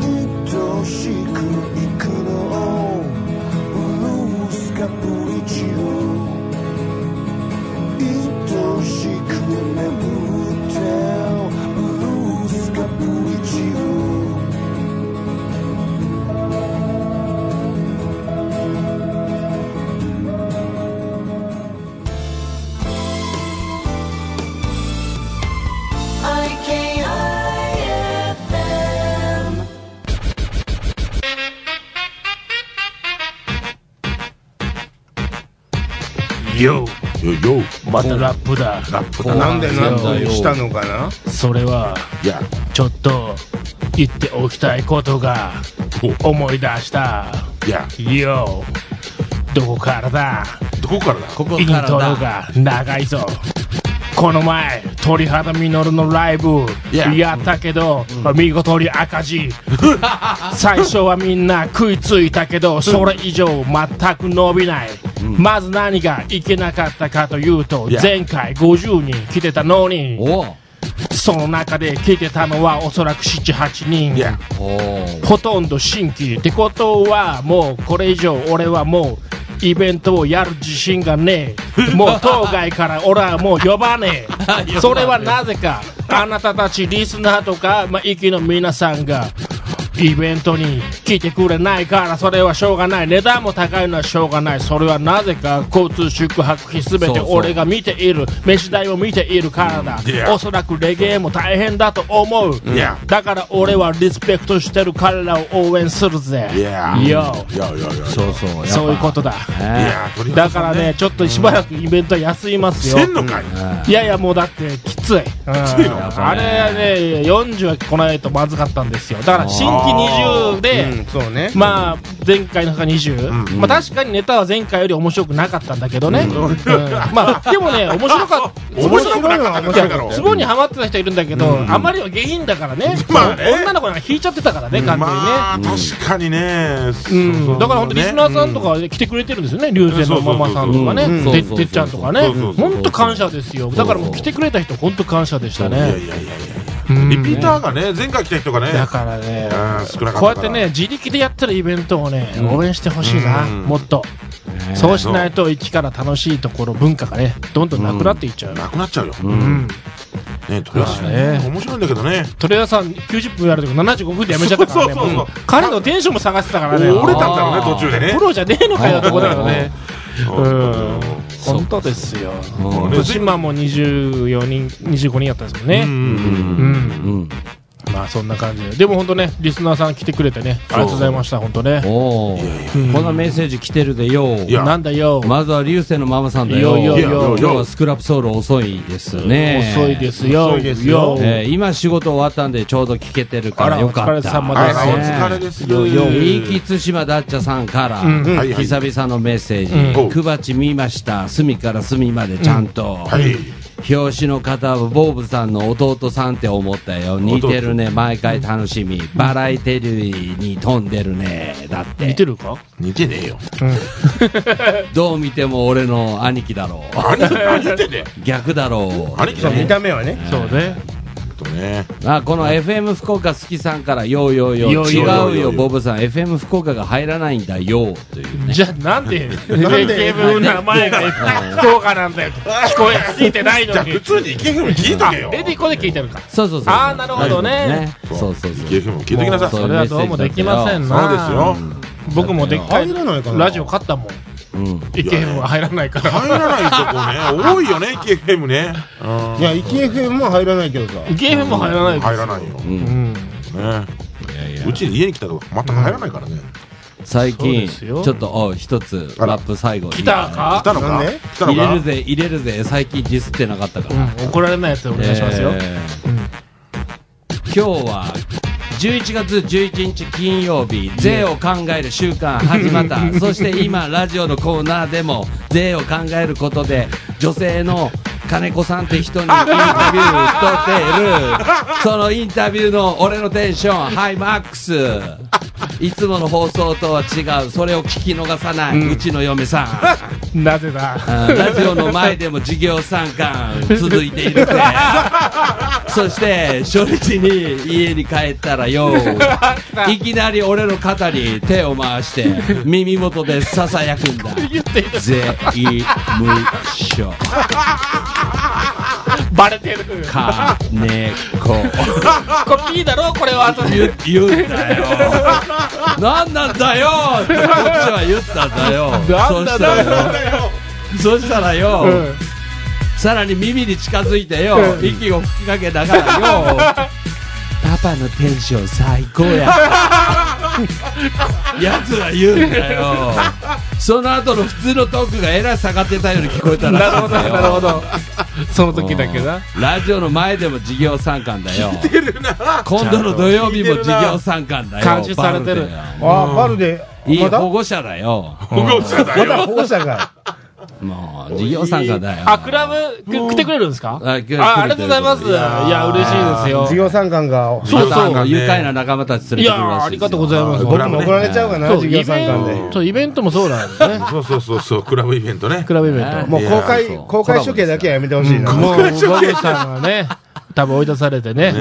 Speaker 6: 愛しく幾度潤すかぶり散る愛しく眠ってブルースが降り散る
Speaker 1: よ
Speaker 3: よよ
Speaker 1: またラップだ
Speaker 3: ラップだ
Speaker 4: なんでなん
Speaker 5: そうだ
Speaker 4: と
Speaker 5: よ
Speaker 4: したのかな
Speaker 1: それはい
Speaker 3: や
Speaker 1: ちょっと言っておきたいことが思い出した
Speaker 3: いや
Speaker 1: よどこからだ
Speaker 3: どこからだ
Speaker 5: ここ
Speaker 1: イント
Speaker 5: から
Speaker 1: ロ
Speaker 5: だ。
Speaker 1: が長いぞこの前鳥肌みのるのライブ
Speaker 3: Yeah
Speaker 1: やったけど、見事に赤字最初はみんな食いついたけどそれ以上全く伸びない、まず何がいけなかったかというと
Speaker 3: Yeah
Speaker 1: 前回50人来てたのに
Speaker 5: お
Speaker 1: その中で来てたのはおそらく78人
Speaker 3: いや
Speaker 5: お
Speaker 1: ほとんど新規ってことはもうこれ以上俺はもうイベントをやる自信がねえ もう当該から俺はもう呼ばねえそれはなぜかあなたたちリスナーとか、まあ、息の皆さんがイベントに来てくれないからそれはしょうがない値段も高いのはしょうがないそれはなぜか交通宿泊費すべて
Speaker 5: そうそう
Speaker 1: 俺が見ている飯代も見ているからだ
Speaker 3: いや
Speaker 1: おそらくレゲエも大変だと思う
Speaker 3: いや
Speaker 1: だから俺はリスペクトしてる彼らを応援するぜ
Speaker 3: いやいや
Speaker 1: よ
Speaker 3: いやいやいや
Speaker 5: そうそう。やっぱ
Speaker 1: そういうことだ
Speaker 3: い
Speaker 5: ね
Speaker 3: や鳥肌
Speaker 1: だ
Speaker 3: さ
Speaker 1: か
Speaker 3: ん
Speaker 1: らねちょっとしばらくイベント休みますよ
Speaker 3: せんのかい
Speaker 1: いやいやもうだってきつい
Speaker 3: ついの
Speaker 1: うんあれはね40は来ないとまずかったんですよだから新規20で
Speaker 4: うん、そうね。
Speaker 1: まあ前回の中20、まあ、確かにネタは前回より面白くなかったんだけどね、うんまあでもね面白かった
Speaker 3: 面白くなかっただろ
Speaker 1: ツボにはまってた人いるんだけど、あまりは下品だからね,、
Speaker 3: まあね
Speaker 1: 女の子なんか引いちゃってたからね、完
Speaker 3: まあ確かにね
Speaker 1: 全にね、うん
Speaker 3: そうそう
Speaker 1: だから本当リスナーさんとか来てくれてるんですよね竜禅のママさんとかね
Speaker 5: そうそうそうそ
Speaker 1: て
Speaker 5: うそうそう
Speaker 1: てっちゃんとかね
Speaker 3: そうそうそう
Speaker 1: 本当感謝ですよだからもう来てくれた人本当感謝でした
Speaker 3: いや
Speaker 1: ね
Speaker 3: いやいやいや
Speaker 1: うん
Speaker 3: リピーターがね前回来た人がね
Speaker 1: だからね
Speaker 3: うん少なかったから
Speaker 1: こうやってね自力でやってるイベントをね応援してほしいな
Speaker 3: うん
Speaker 1: もっとそうしないと一から楽しいところ文化がねどんどんなくなっていっちゃう
Speaker 3: なくなっちゃうよ
Speaker 1: うん
Speaker 3: ね鳥肌さん
Speaker 1: まあね
Speaker 3: 面白いんだけどね
Speaker 1: 鳥谷さん90分やるとこ75分でやめちゃったからね
Speaker 3: そうそうそう
Speaker 1: もう彼のテンションも探してたからね
Speaker 3: 折れたんだろうね途中でね
Speaker 1: プロじゃねえのかよってことだよね
Speaker 3: うん
Speaker 1: 本当ですよ
Speaker 5: うん
Speaker 3: ね
Speaker 1: 今も24人25人やったんですもん
Speaker 3: う
Speaker 1: ね
Speaker 3: ん
Speaker 5: う
Speaker 1: うん
Speaker 5: ん。
Speaker 1: まあそんな感じででも本当ねリスナーさん来てくれてねありがとうございました本当ね
Speaker 5: おお。こんなメッセージ来てるでよ。
Speaker 3: や
Speaker 1: なんだよ
Speaker 5: まずは流星のママさんだよ。
Speaker 1: いやいや
Speaker 3: いや
Speaker 5: 今日はスクラップソウル遅いですね。
Speaker 1: 遅いですよ
Speaker 4: 遅いですよ
Speaker 5: えー今仕事終わったんでちょうど聞けてるか
Speaker 1: あ
Speaker 5: ら
Speaker 1: ら
Speaker 5: よかった。
Speaker 1: お疲れ様
Speaker 3: あ
Speaker 1: で
Speaker 3: ら
Speaker 1: す
Speaker 3: お疲れですよ
Speaker 5: いいき津島ダッチャさんから、
Speaker 3: んはいはい
Speaker 5: 久々のメッセ
Speaker 3: う
Speaker 5: ー
Speaker 3: ん
Speaker 5: ジ、くばち見ました、隅から隅までちゃんと、
Speaker 3: はい
Speaker 5: 表紙の方はボーブさんの弟さんって思ったよ、似てるね、毎回楽しみ、バラエテリーに飛んでるね、だって、
Speaker 1: 似てるか
Speaker 3: 似てねえよ
Speaker 5: どう見ても俺の兄貴だろ
Speaker 3: 兄貴何言ってんだよ
Speaker 5: う、逆だろ
Speaker 3: 兄貴だ
Speaker 4: そう見
Speaker 3: ね
Speaker 4: た目はね。
Speaker 1: そうね
Speaker 3: とね
Speaker 5: う、あこの FM 福岡好きさんから、ようようよ
Speaker 1: よ
Speaker 5: う、
Speaker 1: う
Speaker 5: 違
Speaker 1: よう
Speaker 3: よう
Speaker 5: うよ、ボブさん、FM 福岡が入らないんだよ、というね。
Speaker 1: じゃあなんで AKB の名前が 福岡なんだよ聞こえ聞いてない の
Speaker 3: じゃあ
Speaker 1: に
Speaker 3: 普通に池上聞いとけよ
Speaker 1: レディコで聞いてるか
Speaker 5: そうそうそう。
Speaker 1: あーなるほどね
Speaker 5: そうそうそう。
Speaker 3: 池上も聞いてきなさい
Speaker 5: も
Speaker 3: そうう
Speaker 1: それはどうもできませんな
Speaker 3: ですよ
Speaker 1: 僕もでっかい
Speaker 4: 入らないかな
Speaker 1: ラジオ買ったもん
Speaker 5: うん。
Speaker 1: AKB は入らないから
Speaker 3: 入らないとこね多いよね池上ねうん
Speaker 4: いや、1FM も入らないけどさ。
Speaker 1: ゲームも入らない
Speaker 3: 入らないよ
Speaker 1: い、うん、
Speaker 3: ねうちに家に来たとこ全く入らないからね
Speaker 5: 最
Speaker 1: そう
Speaker 5: 近、
Speaker 1: です
Speaker 5: ち
Speaker 1: よ
Speaker 5: ょっと、お一つ、
Speaker 3: あら
Speaker 5: ラップ最後。
Speaker 1: 来た
Speaker 3: 来
Speaker 1: か
Speaker 3: たのか
Speaker 4: なんで
Speaker 3: 来たの
Speaker 5: 入れ
Speaker 3: か
Speaker 5: るぜ、入れるぜ。最近ディスってなかったから。
Speaker 1: うん、怒られないやつでお願いしますよ、
Speaker 5: えー今日は、11月11日金曜日、税を考える週間始ま った。そして今、ラジオのコーナーでも、税を考えることで、女性の金子さんって人にインタビュー とっている。そのインタビューの俺のテンション、ハイマックス。 いつもの放送とは違う、それを聞き逃さない、うちの嫁さん。
Speaker 1: なぜだ
Speaker 5: あーラジオの前でも授業参観続いているぜ。そして初日に家に帰ったらよ いきなり俺の肩に手を回して耳元でささやくんだ「税務署
Speaker 1: バレてる
Speaker 5: 金子」
Speaker 1: コピーだろこれは後で
Speaker 5: 言言うんだよ何なんだよってこっちは言ったんだよ
Speaker 1: なんだなん
Speaker 5: そしたらよそしたらよ、さらに耳に近づいてよ、息を吹きかけながらよパパのテンション最高ややつは言うんだよその後の普通のトークがえらい下がってたように聞こえたら
Speaker 1: なるほどなるほどその時だけな
Speaker 5: ラジオの前でも授業参観だよ今度の土曜日も授業参観だよ
Speaker 1: 監視されて
Speaker 5: バル
Speaker 1: る
Speaker 5: でよ
Speaker 4: あー、バルで。
Speaker 5: いい
Speaker 4: まだ
Speaker 5: 保護者だよ。
Speaker 3: 保護者だ
Speaker 4: ま
Speaker 3: よ。
Speaker 4: だ保護者が。
Speaker 5: もう、授業参加だよ。
Speaker 1: あクラブく来てくれるんですか
Speaker 5: あ来てくれてる
Speaker 1: あありがとうございますいや嬉しいですよ
Speaker 4: 授業参観が。
Speaker 1: そうそう
Speaker 5: またあの愉快な仲間たち連れ
Speaker 1: い
Speaker 5: てくるらしいです
Speaker 1: や
Speaker 5: よ
Speaker 1: ありがとうございます
Speaker 4: 僕も怒られちゃうかな、
Speaker 1: そう
Speaker 4: 授
Speaker 1: イベ
Speaker 4: 業
Speaker 1: ン
Speaker 4: 参観で。
Speaker 1: トそうイベントもそうなんですね
Speaker 3: そうそうそうそう、クラブイベントね
Speaker 1: ク。ラブイベント
Speaker 5: ね
Speaker 4: もう公開
Speaker 5: いや、
Speaker 4: 公開処刑だけはやめてほしいな。
Speaker 1: もう、
Speaker 4: も
Speaker 1: ボブさんはね、多分追い出されてね、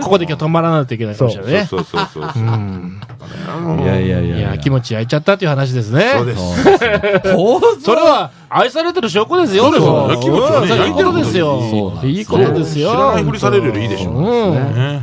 Speaker 1: ここで今日止まらないといけないかもしれないね。
Speaker 3: そうそうそうそう。
Speaker 5: いやいやい
Speaker 1: い
Speaker 5: や。
Speaker 1: や、気持ち焼いちゃったっていう話ですね。
Speaker 3: そうです。
Speaker 5: 構造
Speaker 1: それは、愛されてる証拠ですよ、でも。
Speaker 3: そう気持ちはね
Speaker 1: うんそういいことです
Speaker 5: そうな
Speaker 1: よ
Speaker 5: ん。ですね
Speaker 1: いいことですよ。
Speaker 3: 知らないふりされるよりいいでしょ
Speaker 1: うん。
Speaker 3: ね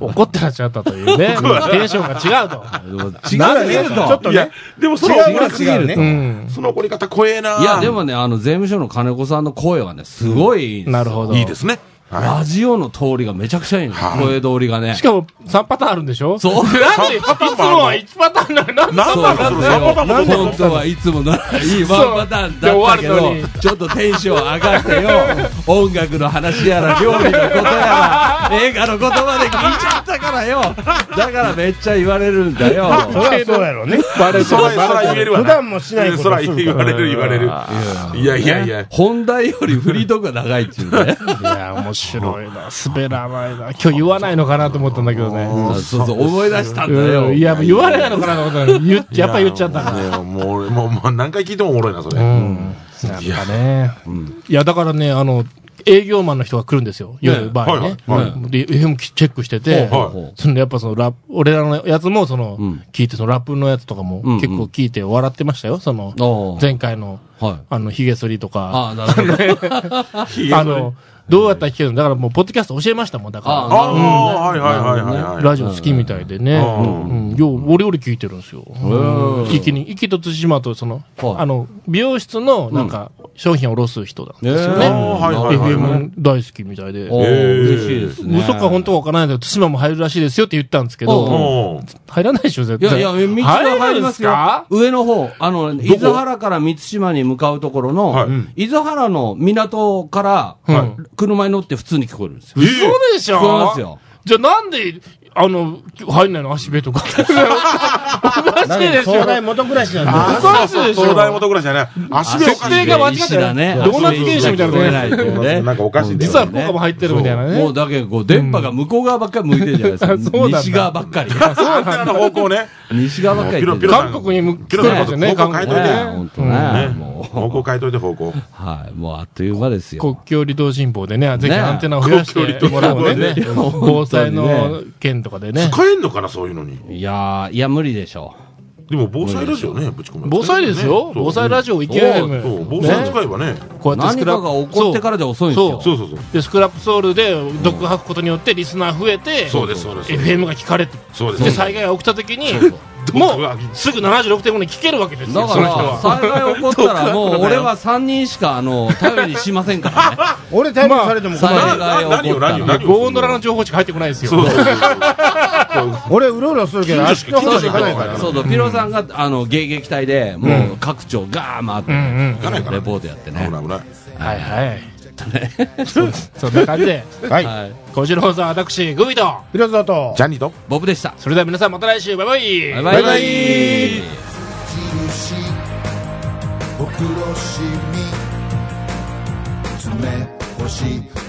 Speaker 1: 怒ってらっしゃったというね。テンションが違うと。
Speaker 5: 違うね
Speaker 4: ちょっと
Speaker 3: いや
Speaker 4: ね、、
Speaker 3: でもその
Speaker 4: 違う
Speaker 3: 怒
Speaker 4: のは
Speaker 3: り方
Speaker 4: 違う
Speaker 1: う
Speaker 4: ね。
Speaker 1: ん。
Speaker 3: その怒り方怖えな。
Speaker 5: いや、でもね、あの、税務署の金子さんの声はね、すごいいいんです
Speaker 1: なるほど。
Speaker 3: いいですね。はい
Speaker 5: ラジオの通りがめちゃくちゃいいの。声通りがね
Speaker 1: し。かも、3パターンあるんでしょ
Speaker 5: そう。
Speaker 1: なんで、いつも
Speaker 3: パターンもあるの
Speaker 1: は1パターンなのなんで
Speaker 3: なんだろう、それ、パパも
Speaker 5: 本
Speaker 3: どんどん
Speaker 5: 当はいつもならいいワンパターン
Speaker 1: で
Speaker 5: だった
Speaker 1: 終
Speaker 5: け
Speaker 1: わるのに
Speaker 5: ど、ちょっとテンション上がってよ、音楽の話やら、料理のことやら、 映画のことまで聞いちゃったからよ、だからめっちゃ言われるんだよ。
Speaker 4: そりゃそうやろうね。
Speaker 1: バレて
Speaker 3: そ
Speaker 1: る
Speaker 3: ら、そら言えるわな。
Speaker 4: 普段もしないこと
Speaker 3: そら、
Speaker 4: する
Speaker 3: 言われる、言われる。いやいやいや。
Speaker 5: 本題よりフリートークが長いっていうね。
Speaker 1: いや、面白いな。滑らないな。今日言わないのかなと思ったんだけどね。
Speaker 5: そうそう、思い出したんだ
Speaker 1: う
Speaker 5: よ。
Speaker 1: んいや、もう言われないのかなと思ったら、言っやっぱり言っちゃったから。
Speaker 3: いやもう俺、もう、もう何回聞いてもおもろいな、それ。
Speaker 1: うん。なんかね。いや、だからね、あの、営業マンの人が来るんですよ。夜、バーにね。
Speaker 3: はいはい
Speaker 1: うんで、FM チェックしてて、
Speaker 3: は
Speaker 1: そのやっぱそのラップ、俺らのやつもその、聞いて、そのラップのやつとかも
Speaker 5: んうん
Speaker 1: 結構聞いて笑ってましたよ。その
Speaker 5: お、ー
Speaker 1: 前回の、
Speaker 5: はい。
Speaker 1: あの、ヒゲ剃りとか、
Speaker 5: ああ、なるほど。
Speaker 1: あの、どうやったら聞けるのだからもう、ポッドキャスト教えましたもん。だ
Speaker 5: あ
Speaker 1: か
Speaker 3: ああ、はいはいはいはい
Speaker 1: ら、
Speaker 3: はい。
Speaker 1: ラジオ好きみたいでね。
Speaker 3: うん
Speaker 1: うん、よう、俺より聞いてるんですよ。
Speaker 5: うん
Speaker 1: 生きに、生きと対馬と、その、
Speaker 5: はい
Speaker 1: あの、美容室の、なんか、商品を卸す人だ。
Speaker 5: えー
Speaker 3: ねはいはいはいはい
Speaker 1: FM 大好きみたいで。
Speaker 5: おー嬉しいですね。
Speaker 1: 嘘か本当かわからないけど、対馬も入るらしいですよって言ったんですけ
Speaker 5: おう
Speaker 1: ど、
Speaker 3: おー
Speaker 1: 入らないでしょ、絶
Speaker 5: いや
Speaker 1: 対。
Speaker 5: いや、道は入りますよ
Speaker 1: 入
Speaker 5: 上
Speaker 1: れるん。
Speaker 5: の方、あの、伊豆原から三島に向かうところの、
Speaker 3: はい
Speaker 5: 伊豆原の港か
Speaker 1: う
Speaker 5: ら、
Speaker 1: ん
Speaker 5: 車に乗って普通に聞こえるんですよ。
Speaker 1: すか嘘でしょ
Speaker 5: そうなんですよ
Speaker 1: じゃあなんで、あの、入んないの足 部とか。おかしいでしょ。
Speaker 4: 東大元暮らしなんだ。
Speaker 3: あそうそう、東大元暮らしじゃない。足部おか
Speaker 1: 設定が間違って
Speaker 5: だね。
Speaker 1: ドーナツ原始みたいなこと
Speaker 5: ないっていう
Speaker 3: しい。
Speaker 5: ね
Speaker 3: なんかおかしいんだよ
Speaker 1: 実は効果も入ってるみたいな
Speaker 5: も
Speaker 1: ね
Speaker 5: う。だけど、こう、電波が向こう側ばっかり向いてるじゃないですか。
Speaker 1: そうなんだ
Speaker 5: 西側ばっかり。
Speaker 3: アンテナの方向ね。
Speaker 5: 西側ばっかり行ってる
Speaker 3: ピロピロ
Speaker 1: 韓国に向け
Speaker 3: ピ
Speaker 1: て
Speaker 3: ロさん
Speaker 1: ます
Speaker 3: こと
Speaker 1: よね、
Speaker 3: 方
Speaker 1: 韓
Speaker 3: 向変え
Speaker 1: 国
Speaker 3: といて
Speaker 5: ね
Speaker 3: よ。
Speaker 5: 本当ね。
Speaker 3: ね
Speaker 5: もう、
Speaker 3: 方向変えといて、方向。
Speaker 5: はい。もうあっという間ですよ。
Speaker 1: 国境離島新報でね、ぜひ
Speaker 5: ね
Speaker 1: アンテナを増やしてもらおうね
Speaker 3: 国境離島。
Speaker 1: 防災の件とかでね。
Speaker 3: 使えんのかな、そういうのに。
Speaker 5: いやー、いや、無理でしょ
Speaker 3: でも防災ラジオね、ぶち込む。
Speaker 1: 防災ですよ。防災ラ
Speaker 3: ジ
Speaker 1: ジオ
Speaker 3: オ。そう
Speaker 1: IKM。
Speaker 3: 防災使えばね。
Speaker 1: こ
Speaker 5: う。何かが起こってからで遅いんですよ。
Speaker 3: そうそうそう。
Speaker 1: そうで、スクラップソウルで毒吐くことによってリスナー増えて、
Speaker 3: そうです、そうです。
Speaker 1: FM が聞かれて、
Speaker 3: そうです。
Speaker 1: で、災害が起きた時に、
Speaker 3: 毒
Speaker 1: も
Speaker 3: が
Speaker 1: うすぐ76.5に聞けるわけです
Speaker 5: だ
Speaker 1: よ、
Speaker 5: か
Speaker 1: その人
Speaker 5: ら、
Speaker 1: は。
Speaker 5: 災害起こったら、もう俺は3人しか、あの、頼りにしませんからね。
Speaker 4: 俺、逮捕されても困る。
Speaker 5: まあ
Speaker 3: なな何を何を何を
Speaker 1: ゴーンドラの情報しか入ってこないですよ。
Speaker 3: そうそうそう
Speaker 4: 俺、うろうろするけど、
Speaker 3: 近
Speaker 4: あっ
Speaker 3: 所
Speaker 4: ち
Speaker 3: し
Speaker 5: そうそ
Speaker 3: か
Speaker 4: の方じゃ行かないから
Speaker 5: う。そうそうピロさんが、あの、迎撃隊で、もう各庁ガー回って、
Speaker 3: 行かないから
Speaker 5: レポートやって
Speaker 3: 危
Speaker 5: ね。
Speaker 3: ない危ない
Speaker 1: はいはい。そそんな感じで、
Speaker 4: はい。
Speaker 5: はい。
Speaker 1: 小次郎さん、私、グビと。
Speaker 4: 広沢と、
Speaker 3: ジャニーと
Speaker 5: ボブでした。
Speaker 1: それでは皆さんまた来週、バイバイ。
Speaker 5: バイバイ。
Speaker 4: バイ
Speaker 6: 印お苦労しみ爪欲しい